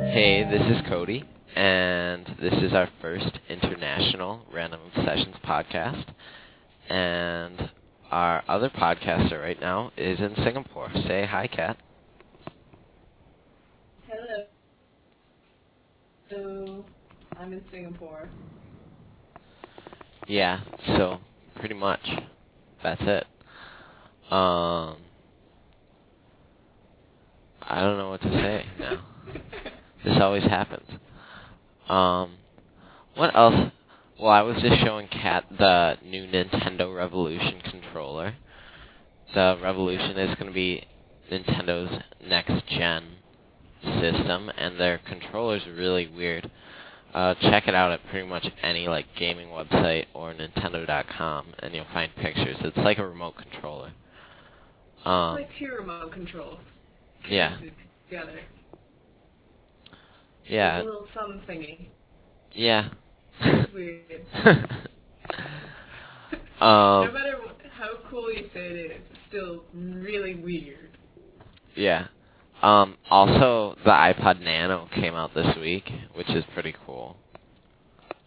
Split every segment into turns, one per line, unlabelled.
This is Cody, and this is our first international Random Sessions podcast. And our other podcaster right now is in Singapore. Say hi, Kat.
Hello. Hello. I'm in Singapore.
Yeah, so pretty much that's it. Um, I don't know what to say now. This always happens. Um, what else? Well, I was just showing Kat the new Nintendo Revolution controller. The Revolution is going to be Nintendo's next gen system, and their controller's really weird. Uh, check it out at pretty much any like gaming website or Nintendo.com, and you'll find pictures. It's like a remote controller.
It's
Um,
like pure remote control.
yeah,
Together.
yeah,
It's a little thumb thingy.
yeah.
It's weird. no
um,
matter wh- how cool you say it is, it's still really weird.
yeah. Um, also, the iPod Nano came out this week, which is pretty cool.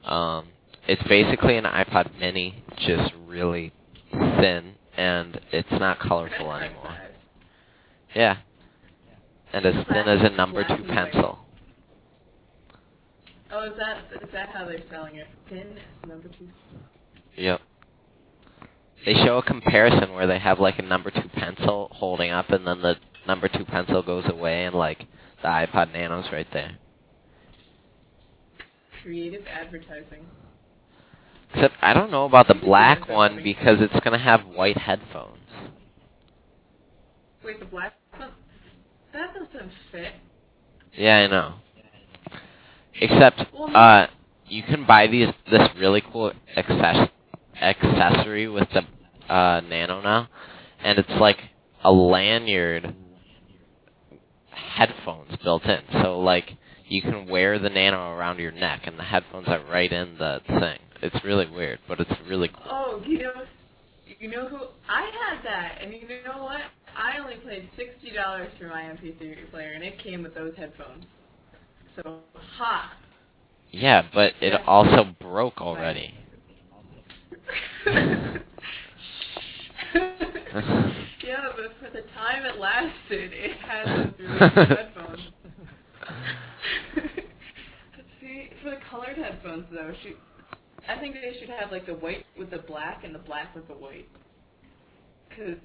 Um, it's basically an iPod Mini, just really thin, and it's not colorful
That's
anymore.
size.
Yeah. And as thin as a number two pencil.
Oh, is that is that how they're selling it? Thin as number two.
Yep. They show a comparison where they have like a number two pencil holding up, and then the number two pencil goes away, and like the iPod Nano's right there.
Creative advertising.
Except I don't know about the black one because it's gonna have white headphones.
Wait, the black one? That doesn't fit.
Yeah, I know. Except uh, you can buy these this really cool access- accessory with the uh, Nano now, and it's like a lanyard headphones built in. So like you can wear the Nano around your neck, and the headphones are right in the thing. It's really weird, but it's really cool.
Oh, you know, you know who? I had that, and you know what? I only paid sixty dollars for my MP3 player, and it came with those headphones. So ha!
Yeah, but it
Yeah.
also broke already.
yeah, but for the time it lasted, it had those really good headphones. See, for the colored headphones though, shoot, I think they should have like the white with the black and the black with the white. Cause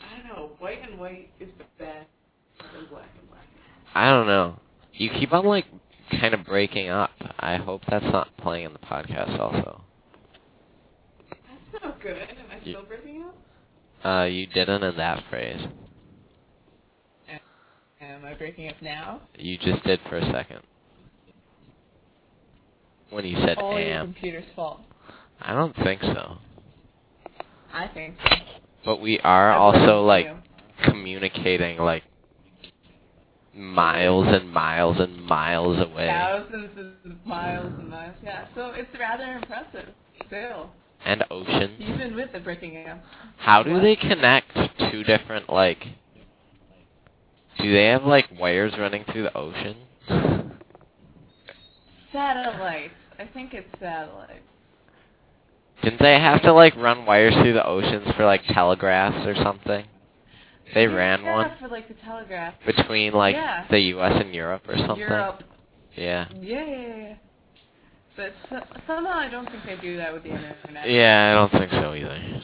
I don't know, white and white is bad than black and black.
I don't know. You keep on like kind of breaking up. I hope that's not playing in the podcast also.
That's not good. Am I
You-
still breaking up?
Uh, you didn't in that phrase.
Am I breaking up now?
You just did for a second. When you said
Oh,
am.
computer's fault.
I don't think so.
I think.
But we are also like communicating like miles and miles and miles away.
thousands of miles and miles. Yeah, so it's rather impressive still,
And oceans.
even with the breaking up.
How do they connect two different like do they have like wires running through the ocean?
Satellites. I think it's satellites.
Didn't they have to like run wires through the oceans for like telegraphs or something? They ran
yeah,
one
for like the telegraph.
between like
Yeah.
the U.S. and Europe or something.
Europe.
Yeah.
Yeah, yeah, yeah. But so, somehow I don't think they do that with the internet.
Yeah, I don't think so either.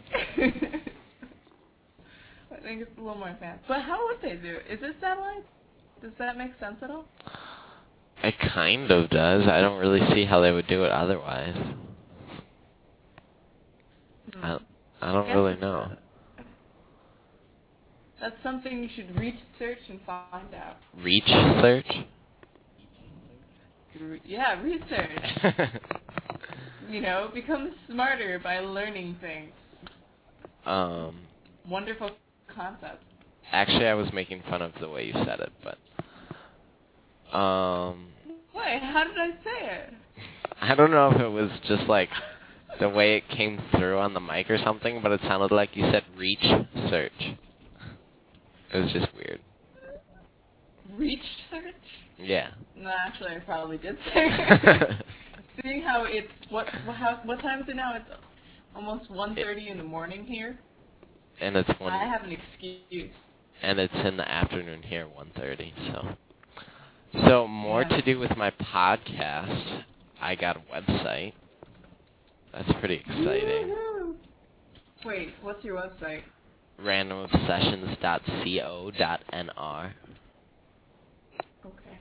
I think it's a little more advanced. But how would they do? it? Is it satellites? Does that make sense at all?
It kind of does. I don't really see how they would do it otherwise.
Hmm.
I, I don't
Guess
really
it's
know.
That's something you should research and find out.
Reach search.
Re- Yeah, research. You know, become smarter by learning things.
um,
Wonderful concept.
actually, I was making fun of the way you said it, but um,
Wait, how did I say it?
I don't know if it was just like the way it came through on the mic or something, but it sounded like you said reach search. It was just weird.
Research?
Yeah.
No, actually, I probably did say. Seeing how it's what how, what time is it now? It's almost 1.30 in the morning here.
and it's one.
I have an excuse.
and it's in the afternoon here, 1.30, so. So, more
Yeah.
to do with my podcast. I got a website. That's pretty exciting.
Woohoo! Wait, what's your website? Mm-hmm.
randomobsessions.co.nr.
Okay,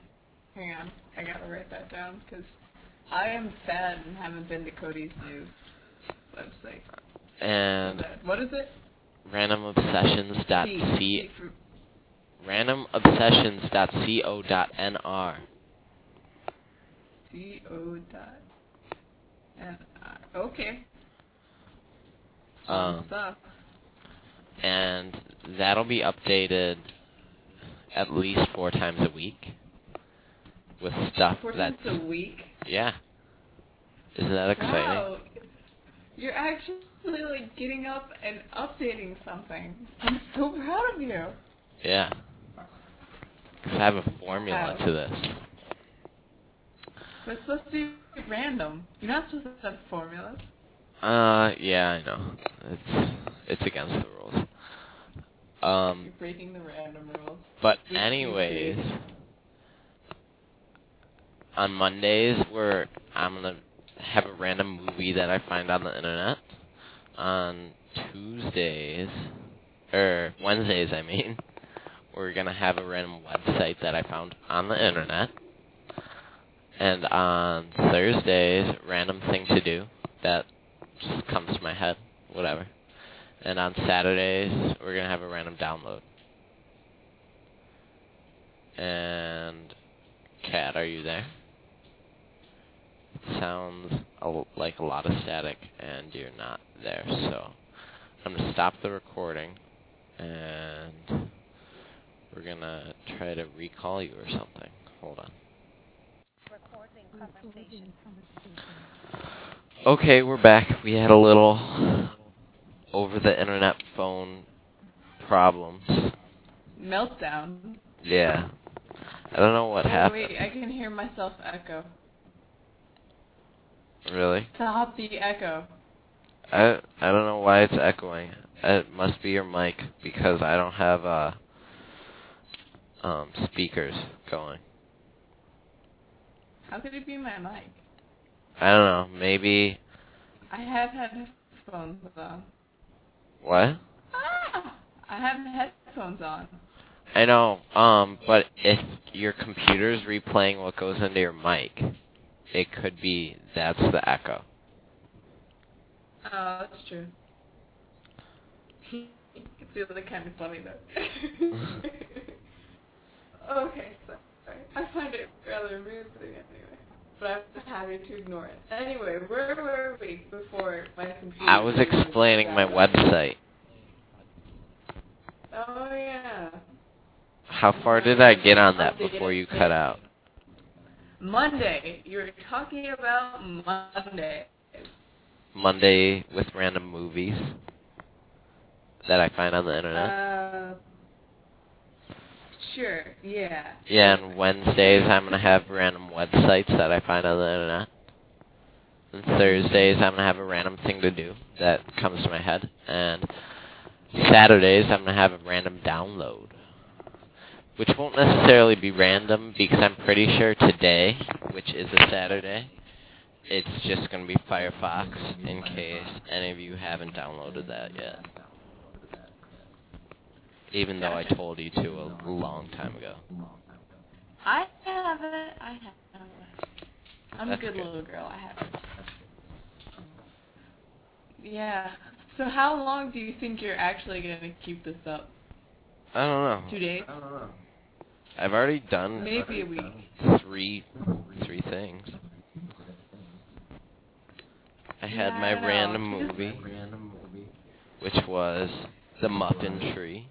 hang on. I gotta write that down because I am sad and haven't been to Cody's new website.
And
What is it? C,
randomobsessions.c
C for-
randomobsessions.co.nr.
C O dot N I. Okay.
Um,
Stuff.
and that'll be updated at least four times a week with stuff
Four times
that's
a week.
yeah. Isn't that exciting?
Wow. You're actually like getting up and updating something. I'm so proud of you.
Yeah. 'Cause I have a formula
Wow.
to this.
But it's supposed to be random. You're not supposed to have formulas.
Uh, yeah, I know. It's it's against the rules. Um,
You're breaking the random rules.
But
Yes, you
anyways, on Mondays where I'm gonna have a random movie that I find on the internet. On Tuesdays or Wednesdays, I mean, we're gonna have a random website that I found on the internet. And on Thursdays, random thing to do that just comes to my head, whatever. And on Saturdays, we're gonna have a random download. And Kat, are you there? It sounds a l- like a lot of static, and you're not there. So I'm gonna stop the recording, and we're gonna try to recall you or something. Hold on.
Recording conversation.
Okay, we're back. We had a little over the internet phone problems.
Meltdown.
Yeah. I don't know what
oh,
happened.
Wait, I can hear myself echo.
Really?
Stop the echo.
I I don't know why it's echoing. It must be your mic because I don't have uh um speakers going.
How could it be my mic?
I don't know. Maybe
I have had headphones on.
what?
Ah! I have headphones on.
I know. Um, but if your computer's replaying what goes into your mic, it could be that's the echo.
Oh, that's true. it's really kind of funny though. okay, sorry. I find it rather amusing anyway. But I'm happy to ignore it. Anyway, where were we before my computer?
I was explaining my website.
Oh yeah.
How far did I get on that before you cut out?
Monday. You were talking about Monday.
Monday with random movies that I find on the internet.
Uh, sure. Yeah.
Yeah, and Wednesdays I'm gonna have random websites that I find on the internet. And Thursdays I'm gonna have a random thing to do that comes to my head. And Saturdays I'm gonna have a random download. Which won't necessarily be random because I'm pretty sure today, which is a Saturday, it's just gonna be Firefox in case any of you haven't downloaded that yet. Even though I told you to a long time ago.
I have it. I have it. I'm
That's
a good,
good.
little girl. I have it. Yeah. So how long do you think you're actually gonna keep this up?
I don't know.
Two days?
I've already done
Maybe a week.
three three things. I had
Yeah,
my
I know.
random
She just-
movie, which was The Muffin Tree.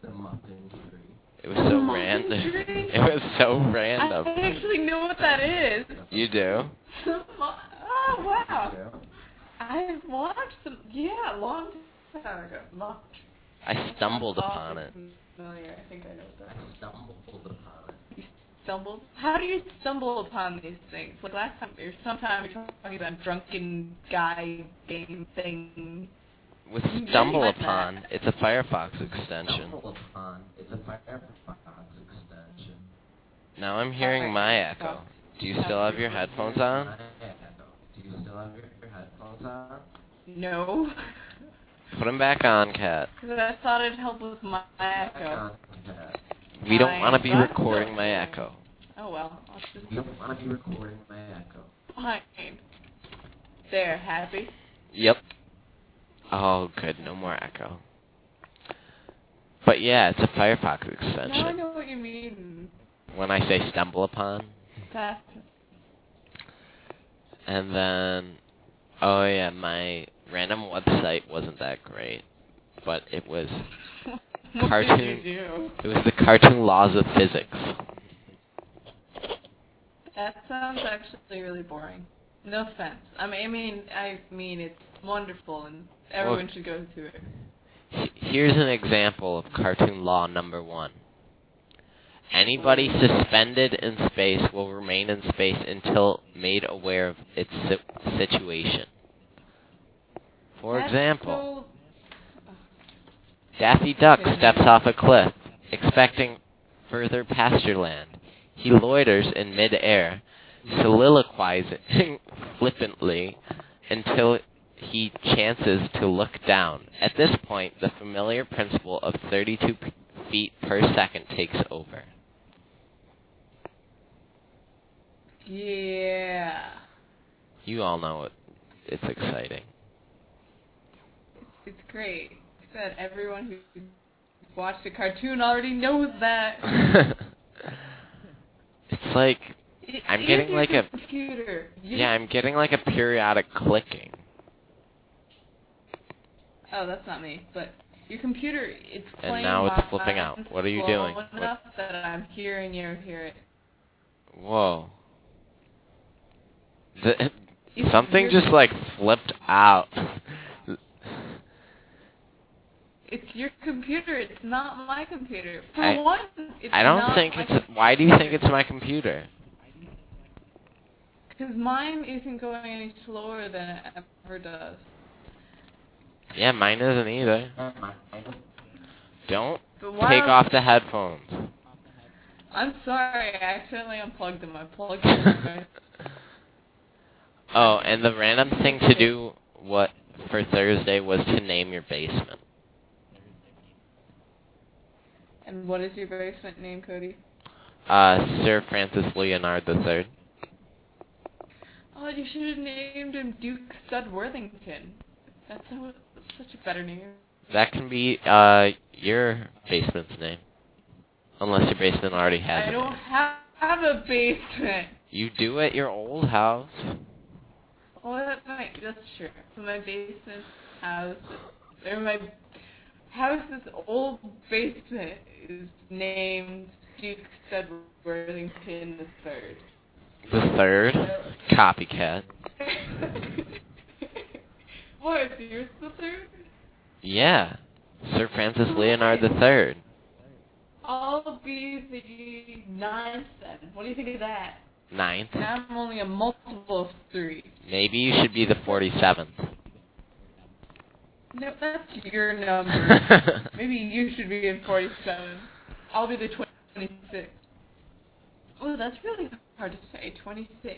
It was so
Muffin
random.
Tree?
It was so random.
I actually know what that is.
You do?
oh wow! I watched them. Yeah, a long time ago. Long
I stumbled upon it.
Familiar. I think I know what that. is. You stumbled. How do you stumble upon these things? Like last time, or sometime we were talking about drunken guy game thing.
With
Yeah, you
stumble
like that.
upon, it's a Firefox extension.
It's a Firefox extension.
Now I'm hearing my echo. Do you still have your headphones on?
Do you still have your, your headphones on?
No,
Put them back on, Cat.
because I thought it'd help with my echo.
Okay.
We don't want to be
Fine.
recording my echo.
Oh well, I'll just
You don't want to be recording my echo.
fine. There, happy.
Yep. Oh, good. No more echo. But yeah, it's a Firefox
Now I
extension.
know what you mean.
When I say stumble upon,
That
and then, oh yeah, my random website wasn't that great, but it was
what
Cartoon.
did you do?
it was the cartoon laws of physics.
That sounds actually really boring. No offense. I mean, I mean, I mean it's wonderful and everyone should go to it.
H- Here's an example of cartoon law number one. Anybody suspended in space will remain in space until made aware of its si- situation. For
That's
example,
so-
Daffy Duck
Okay.
steps off a cliff, expecting further pasture land. He loiters in midair, soliloquizing flippantly until he chances to look down. At this point, the familiar principle of 32 p- feet per second takes over.
yeah.
You all know it. It's exciting.
It's great. It's that everyone who's watched a cartoon already knows that.
it's like,
It
I'm
is
getting
your
like a-
computer. You-
yeah, I'm getting like a periodic clicking.
Oh, that's not me, but your computer it's
And
playing
now it's
mine
flipping out. What are you
slow
doing? What-
Enough that I'm hearing you hear it.
Whoa. The,
It's
something
your-
just like flipped out.
It's your computer. It's not my computer. For
I-
one, it's
I don't
not
think
my
it's. Why do you think it's my computer?
Because mine isn't going any slower than it ever does.
Yeah, mine isn't either.
Yeah, my- I don't-
Don't
But why
take
don't-
off the headphones.
I'm sorry, I accidentally unplugged them. I plugged them.
oh, and the random thing to do what for Thursday was to name your basement.
and what is your basement name, Cody?
Uh, Sir Francis Leonard III.
Oh, you should have named him Duke Stud Worthington. That's so, such a better name.
That can be uh your basement's name, unless your basement already has.
I
a
don't
name.
have, have a basement.
You do at your old house.
Well, that might, that's true. So my basement house, or my house's old basement is named Duke Stud Worthington the Third.
The third copycat.
what? Yours the third?
Yeah, Sir Francis Leonard III.
I'll be the ninth then. What do you think of that?
Ninth.
Now I'm only a multiple of three.
Maybe you should be the forty-seventh.
No, that's your number.
oh,
Maybe you should be in 47. I'll be the 26. Oh, that's really hard to say. 26.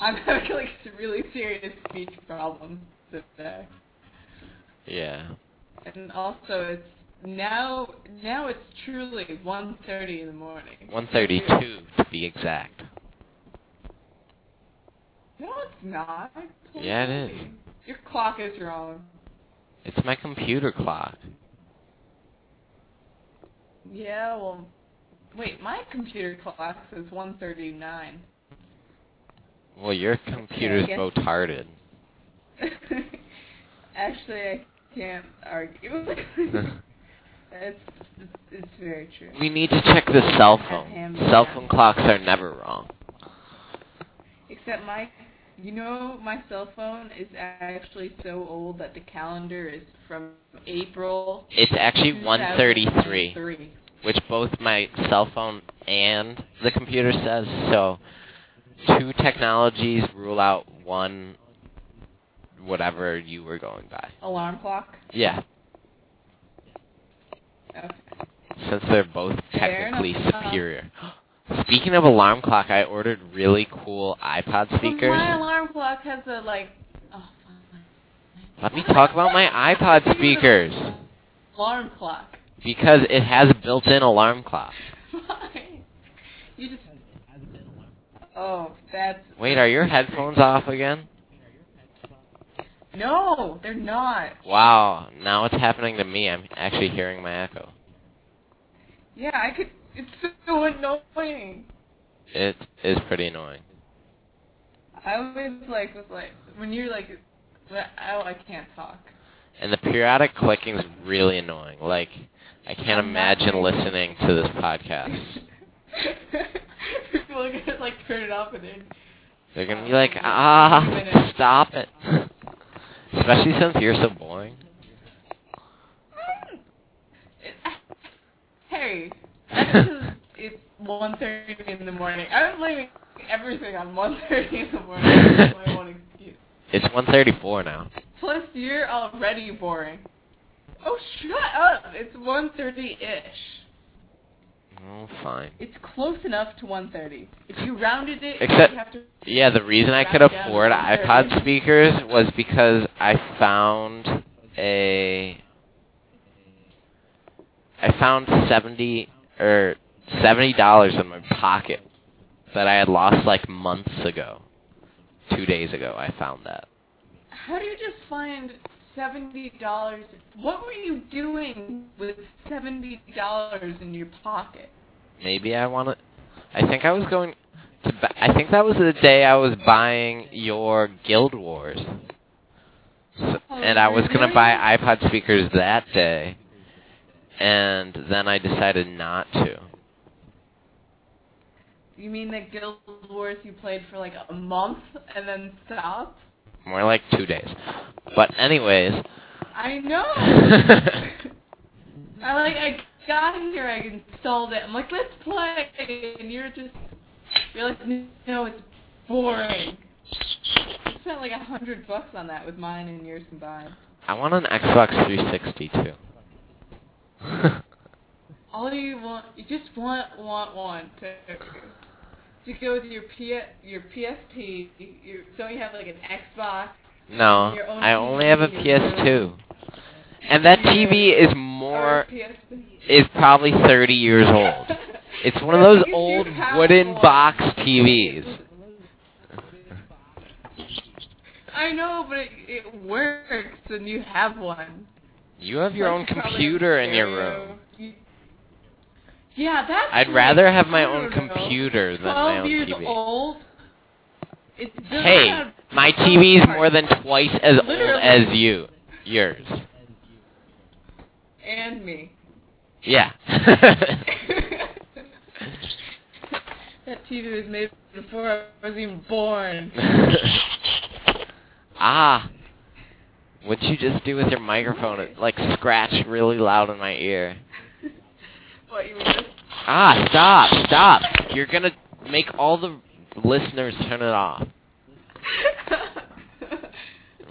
I'm having like s- really serious speech problems today.
yeah.
And also, it's now now it's truly 1:30 in the morning.
One thirty-two to be exact.
No, it's not. It's
Yeah, it
1:30. Your clock is wrong.
It's my computer clock.
Yeah, well, wait, my computer clock says 1:39.
Well, your computer's
guess-
retarded.
Actually, I can't argue. it's, it's it's very true.
we need to check the cell phone.
hand-
Cell phone clocks are never wrong.
Except my, you know, my cell phone is actually so old that the calendar is from April.
It's actually 133.
2003.
which both my cell phone and the computer says. So two technologies rule out one, whatever you were going by.
Alarm clock.
Yeah,
Okay.
since they're both
Fair
technically
enough.
superior. Speaking of alarm clock, I ordered really cool iPod speakers.
My alarm clock has a like. Oh, fine.
Let me talk about my iPod speakers
Alarm clock.
because it has a built-in alarm clock.
Fine. You just. Oh, that's
Wait, are your headphones off again?
no. They're not.
Wow, now it's happening to me. I'm actually hearing my echo.
Yeah, I could. It's so annoying.
It is pretty annoying.
I always like was like when you're like, when I, oh, I can't talk.
And the periodic clicking is really annoying. Like, I can't imagine listening to this podcast.
People are gonna like turn it off and then
They're gonna be like, ah, stop it. Especially since you're so boring.
Mm. hey, that's just- it's 1.30 in the morning. I'm blaming everything on 1.30 in the morning. That's my one excuse.
It's 1:34 now.
Plus, you're already boring. Oh, shut up! It's 1.30 ish.
Oh, fine.
It's close enough to 1.30. If you rounded it,
Except-
you have to.
Yeah, the reason I could
Round down
afford
to one
iPod
thirty.
speakers was because I found a I found seventy or seventy dollars in my pocket that I had lost like months ago. Two days ago, I found that.
How do you just find seventy dollars? What were you doing with seventy dollars in your pocket?
Maybe I want to. I think I was going to. Ba- I think that was the day I was buying your Guild Wars, so,
Oh,
and I was gonna
really?
buy iPod speakers that day, and then I decided not to.
You mean the Guild Wars you played for like a month and then stopped?
More like two days. But anyways,
I know. I like I got here, I installed it. I'm like, let's play, and you're just you're like, no, it's boring. I spent like a hundred bucks on that with mine and yours combined.
I want an Xbox 360 too.
All you want, you just want, want, want to to go with your P, your PSP. Your, don't you have like an Xbox?
no,
Your own
I only have a
TV is
PS2, and that TV is
Or a
more
PSP?
is probably 30 years old. It's one of those
Because you
old
have
wooden
one.
box TVs.
I know, but it, it works, and you have one.
You have your
Like,
own
you probably
computer
have a
in your
stereo.
room.
You- Yeah, that's.
I'd
like,
rather have my
I
own
don't know,
computer than
Twelve
my own
years
TV.
old. It doesn't
Hey,
have
my
some
TV is
parts.
more than twice as old
Literally.
as you. Yours.
and me.
Yeah.
that TV was made before I was even born.
ah. What'd you just do with your microphone? It like scratched really loud in my ear.
What you were just
Ah, stop, stop. You're gonna make all the listeners turn it off.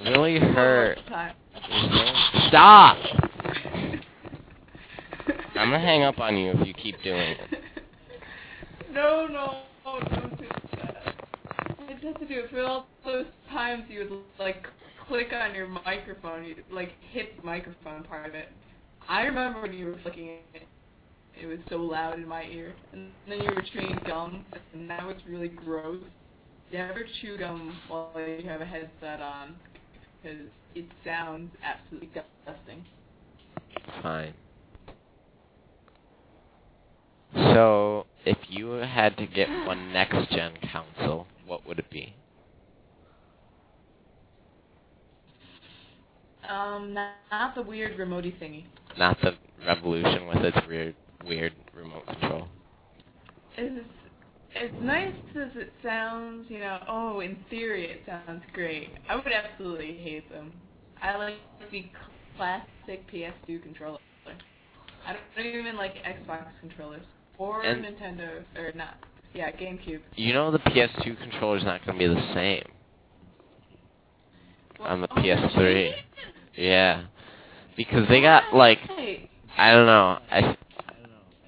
Really hurt. Stop! I'm gonna hang up on you if you keep doing it.
No, no, don't do that. I just have to do it for all those times you would like click on your microphone, you like hit the microphone part of it. I remember when you were flicking it. It was so loud in my ear. And then you were chewing gum, and that was really gross. Never chew gum while you have a headset on, because it sounds absolutely disgusting.
Fine. So, if you had to get one next gen console, what would it be?
Um, not, not the weird remote thingy.
Not the Revolution with its weird, weird remote control.
It's, as nice as it sounds, you know, oh, in theory it sounds great. I would absolutely hate them. I like the classic PS2 controller. I don't even like Xbox controllers or
And-
Nintendo or not. Yeah, GameCube.
You know the PS2 controller's not going to be the same. On the
Oh,
PS3.
shit.
Yeah. Because they got like
Right.
I don't know. I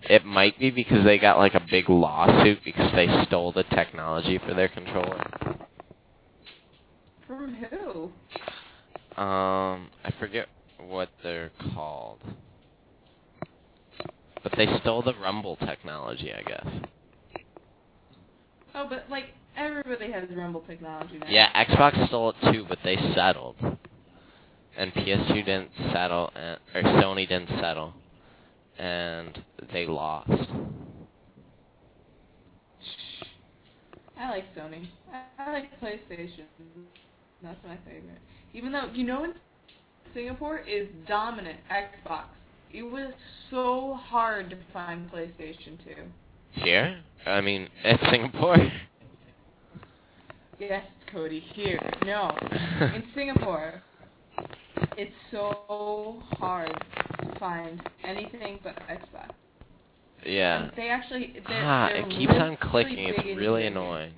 it might be because they got like a big lawsuit because they stole the technology for their controller.
From who?
Um, I forget what they're called. But they stole the rumble technology, I guess.
Oh, but like everybody has Rumble technology now.
Yeah, Xbox stole it too, but they settled. And PS2 didn't settle, and, or Sony didn't settle, and they lost.
I like Sony. I, I like PlayStation. That's my favorite. Even though you know in Singapore is dominant Xbox. It was so hard to find PlayStation 2.
Here, I mean, at Singapore.
Yes, Cody, here. No. In Singapore, it's so hard to find anything but Xbox.
yeah.
They actually. They're,
Ah,
they're
it keeps on
really
clicking. It's
big in
really
here.
annoying.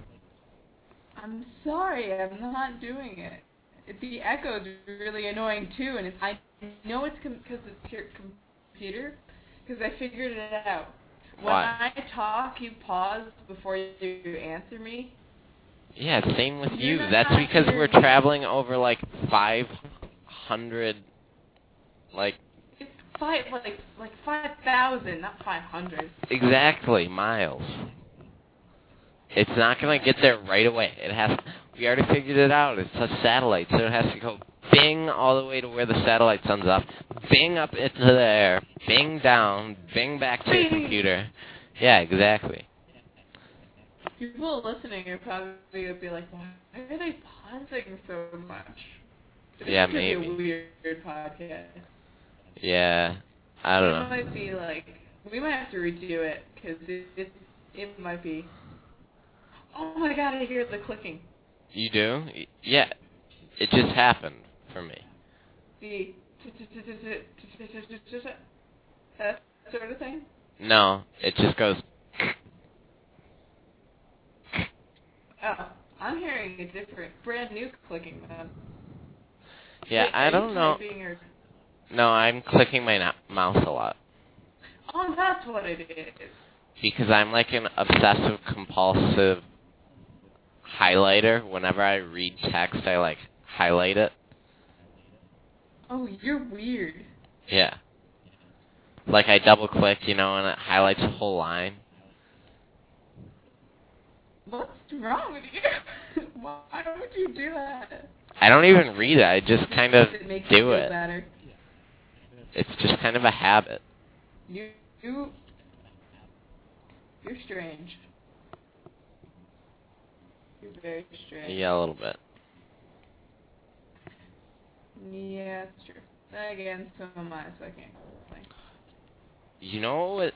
I'm sorry, I'm not doing it. It- The echo's really annoying too, and it's, I know it's because it's your computer, because I figured it out. When
Why?
I talk, you pause before you answer me.
Yeah, same with
You're
you.
not
That's because we're
hearing me.
traveling over like 500, like
It's five, like like five thousand, not five hundred.
exactly miles. It's not gonna get there right away. It has. We already figured it out. It's a satellite, so it has to go bing all the way to where the satellite sends up, bing up into the air, bing down, bing back to your
Bing.
computer. Yeah, exactly.
People listening are probably gonna be like, why are they pausing so much? This
Yeah,
is gonna be a
maybe.
weird podcast.
Yeah, I don't know.
It might be like we might have to redo it because it, it it might be. Oh my god! I hear the clicking.
You do? Y- Yeah. It just happened for me.
The that sort of thing.
No, it just goes.
Oh, I'm hearing a different, brand new clicking. Then.
Yeah,
Wait, are
I
you
don't know.
typing or-
No, I'm clicking my na- mouse a lot
Oh, that's what it is.
because I'm like an obsessive compulsive highlighter. Whenever I read text, I like highlight it.
Oh, you're weird.
Yeah. Like I double click, you know, and it highlights the whole line.
What's wrong with you? Why would you do that?
I don't even read it. I just kind of
Does it make you
do
feel
it.
better?
It's just kind of a habit.
You, you, you're strange. You're very strange.
Yeah, a little bit.
Yeah, that's true. Then again, so am I, so I can't complain.
You know what?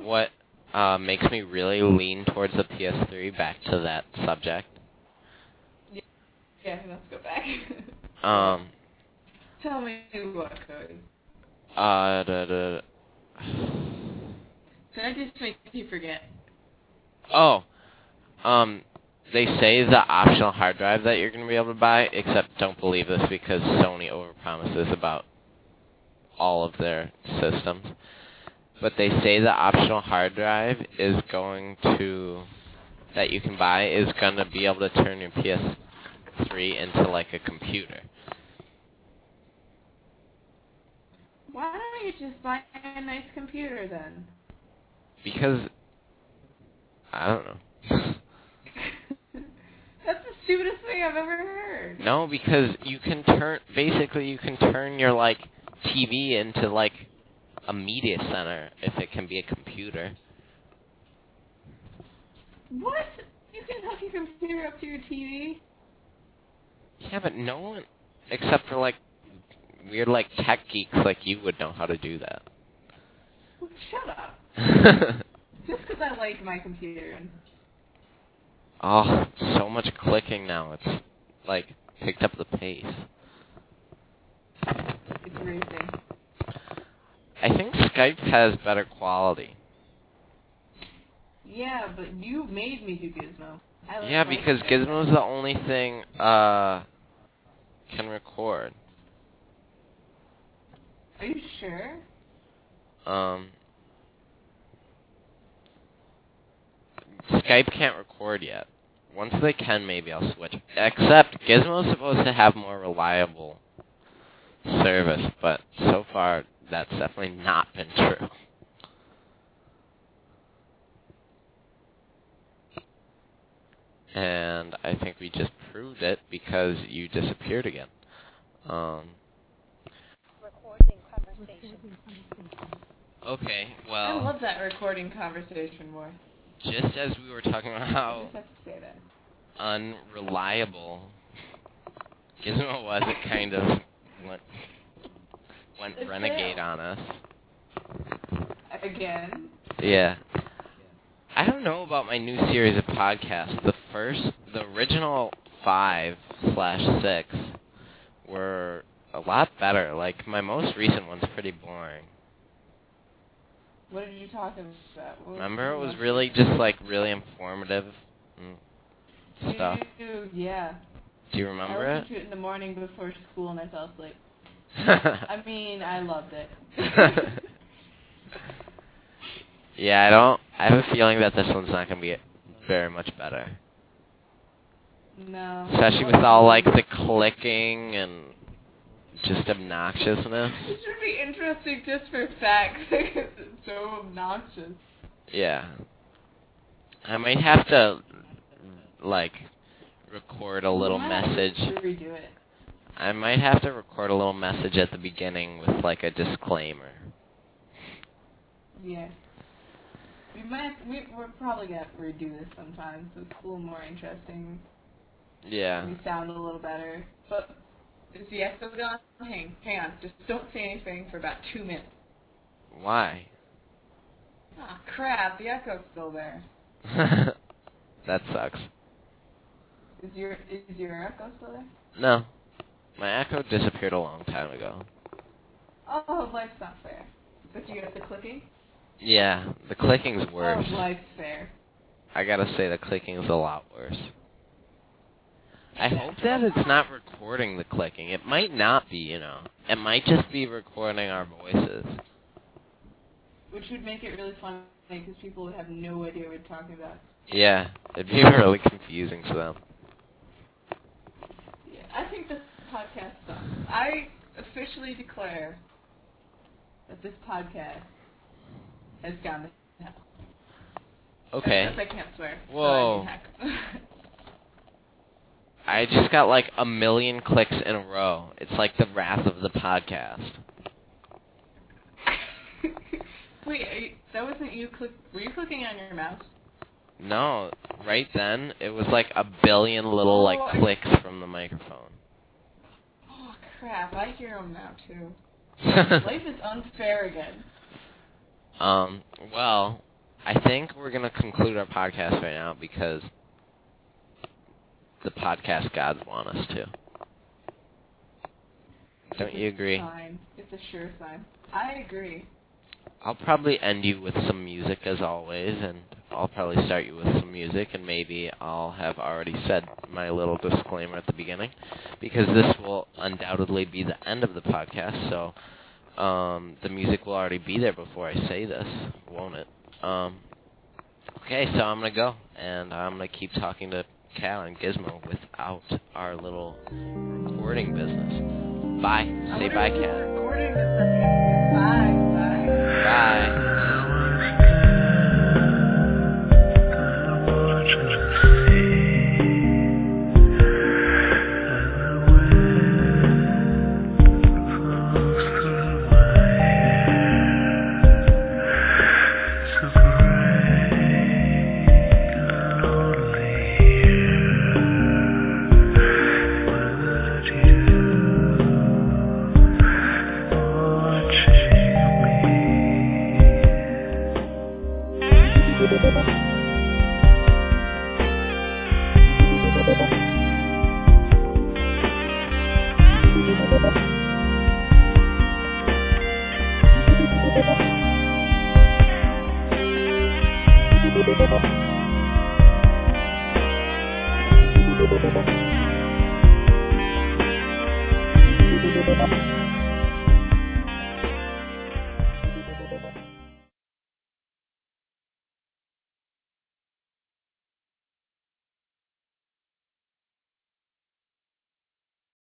What uh, makes me really lean towards the PS3? Back to that subject.
Yeah, let's go back.
Um.
Tell me what, Cody.
Uh. Da, da,
Did I just make you forget?
Oh. Um. They say the optional hard drive that you're gonna be able to buy, except don't believe this because Sony overpromises about all of their systems. But they say the optional hard drive is going to that you can buy is gonna be able to turn your PS3 into like a computer.
Why don't you just buy a nice computer then?
Because I don't know.
that's the stupidest thing I've ever heard.
no, because you can turn basically you can turn your like TV into like a media center if it can be a computer.
What? You can hook your computer up to your TV?
Yeah, but no one except for like weird like tech geeks like you would know how to do
Well, shut up.
that.
Just 'cause I like my computer.
oh, so much clicking now. It's like picked up the pace.
It's racing.
I think Skype has better quality.
Yeah, but you made me do Gizmo. I like
Yeah,
my
because
Skype.
Gizmo's the only thing uh can record.
Are you sure?
Um Skype can't record yet. Once they can, maybe I'll switch. Except Gizmo's supposed to have more reliable service, but so far that's definitely not been true. And I think we just proved it because you disappeared again. Um,
Recording conversation.
okay,
I
well.
love that recording conversation more.
just as we were talking about
I
how
just have to say that.
unreliable Gizmo was, it kind of went, went
It
renegade
failed.
on us.
Again,
Yeah. I don't know about my new series of podcasts. The first, the original five slash six were a lot better. Like, my most recent one's pretty boring.
what are you talking about? What-
Remember, it was really just, like, really informative mm, stuff.
Dude, yeah.
Do you
Mm-hmm. I
remember
listened
it?
to it in the morning before school and I fell asleep. I mean, I loved it.
yeah, I don't. I have a feeling that this one's not gonna be very much better,
no.
especially with all like the clicking and just obnoxiousness.
This should be interesting just for facts because it's so obnoxious.
Yeah, I might have to like record a little
You might have to
message.
Redo it.
I might have to record a little message at the beginning with like a disclaimer.
Yeah. We might. We, we're probably gonna have to redo this sometimes. It's a little more interesting.
Yeah.
We sound a little better. But is the echo gone? Hang, hang on. Just don't say anything for about two minutes.
Why?
Oh crap! The echo's still there.
that sucks.
Is your is your echo still there?
No. My echo disappeared a long time ago.
Oh, life's not fair. But you got the clicking.
Yeah, the clicking's worse.
Oh, life's fair.
I gotta say, the clicking's a lot worse. I hope that it's not recording the clicking. It might not be, you know. It might just be recording our voices.
Which would make it really funny because people would have no idea what we're talking about.
Yeah, it'd be really confusing to them.
Yeah, I think this podcast sucks. I officially declare that this podcast has gone to hell. Except
Okay,
I can't swear.
Whoa.
So I mean, heck.
I just got like a million clicks in a row. It's like the wrath of the podcast.
Wait, are you, that wasn't you click. Were you clicking on your mouse?
No, right then, it was like a billion little like
Oh, I-
clicks from the microphone.
Oh crap! I hear them now too. Life is unfair again.
Um, well, I think we're going to conclude our podcast right now because the podcast gods want us to. Don't
It's a
you agree?
Sign. It's a sure sign. I agree.
I'll probably end you with some music as always, and I'll probably start you with some music, and maybe I'll have already said my little disclaimer at the beginning, because this will undoubtedly be the end of the podcast, so um, the music will already be there before I say this, won't it? Um, okay, so I'm gonna go, and I'm gonna keep talking to Cal and Gizmo without our little recording business. Bye.
I
Say
wonder
bye,
if this
Cal.
recording is something. Bye. Bye.
Bye.
Watching me. Thank you.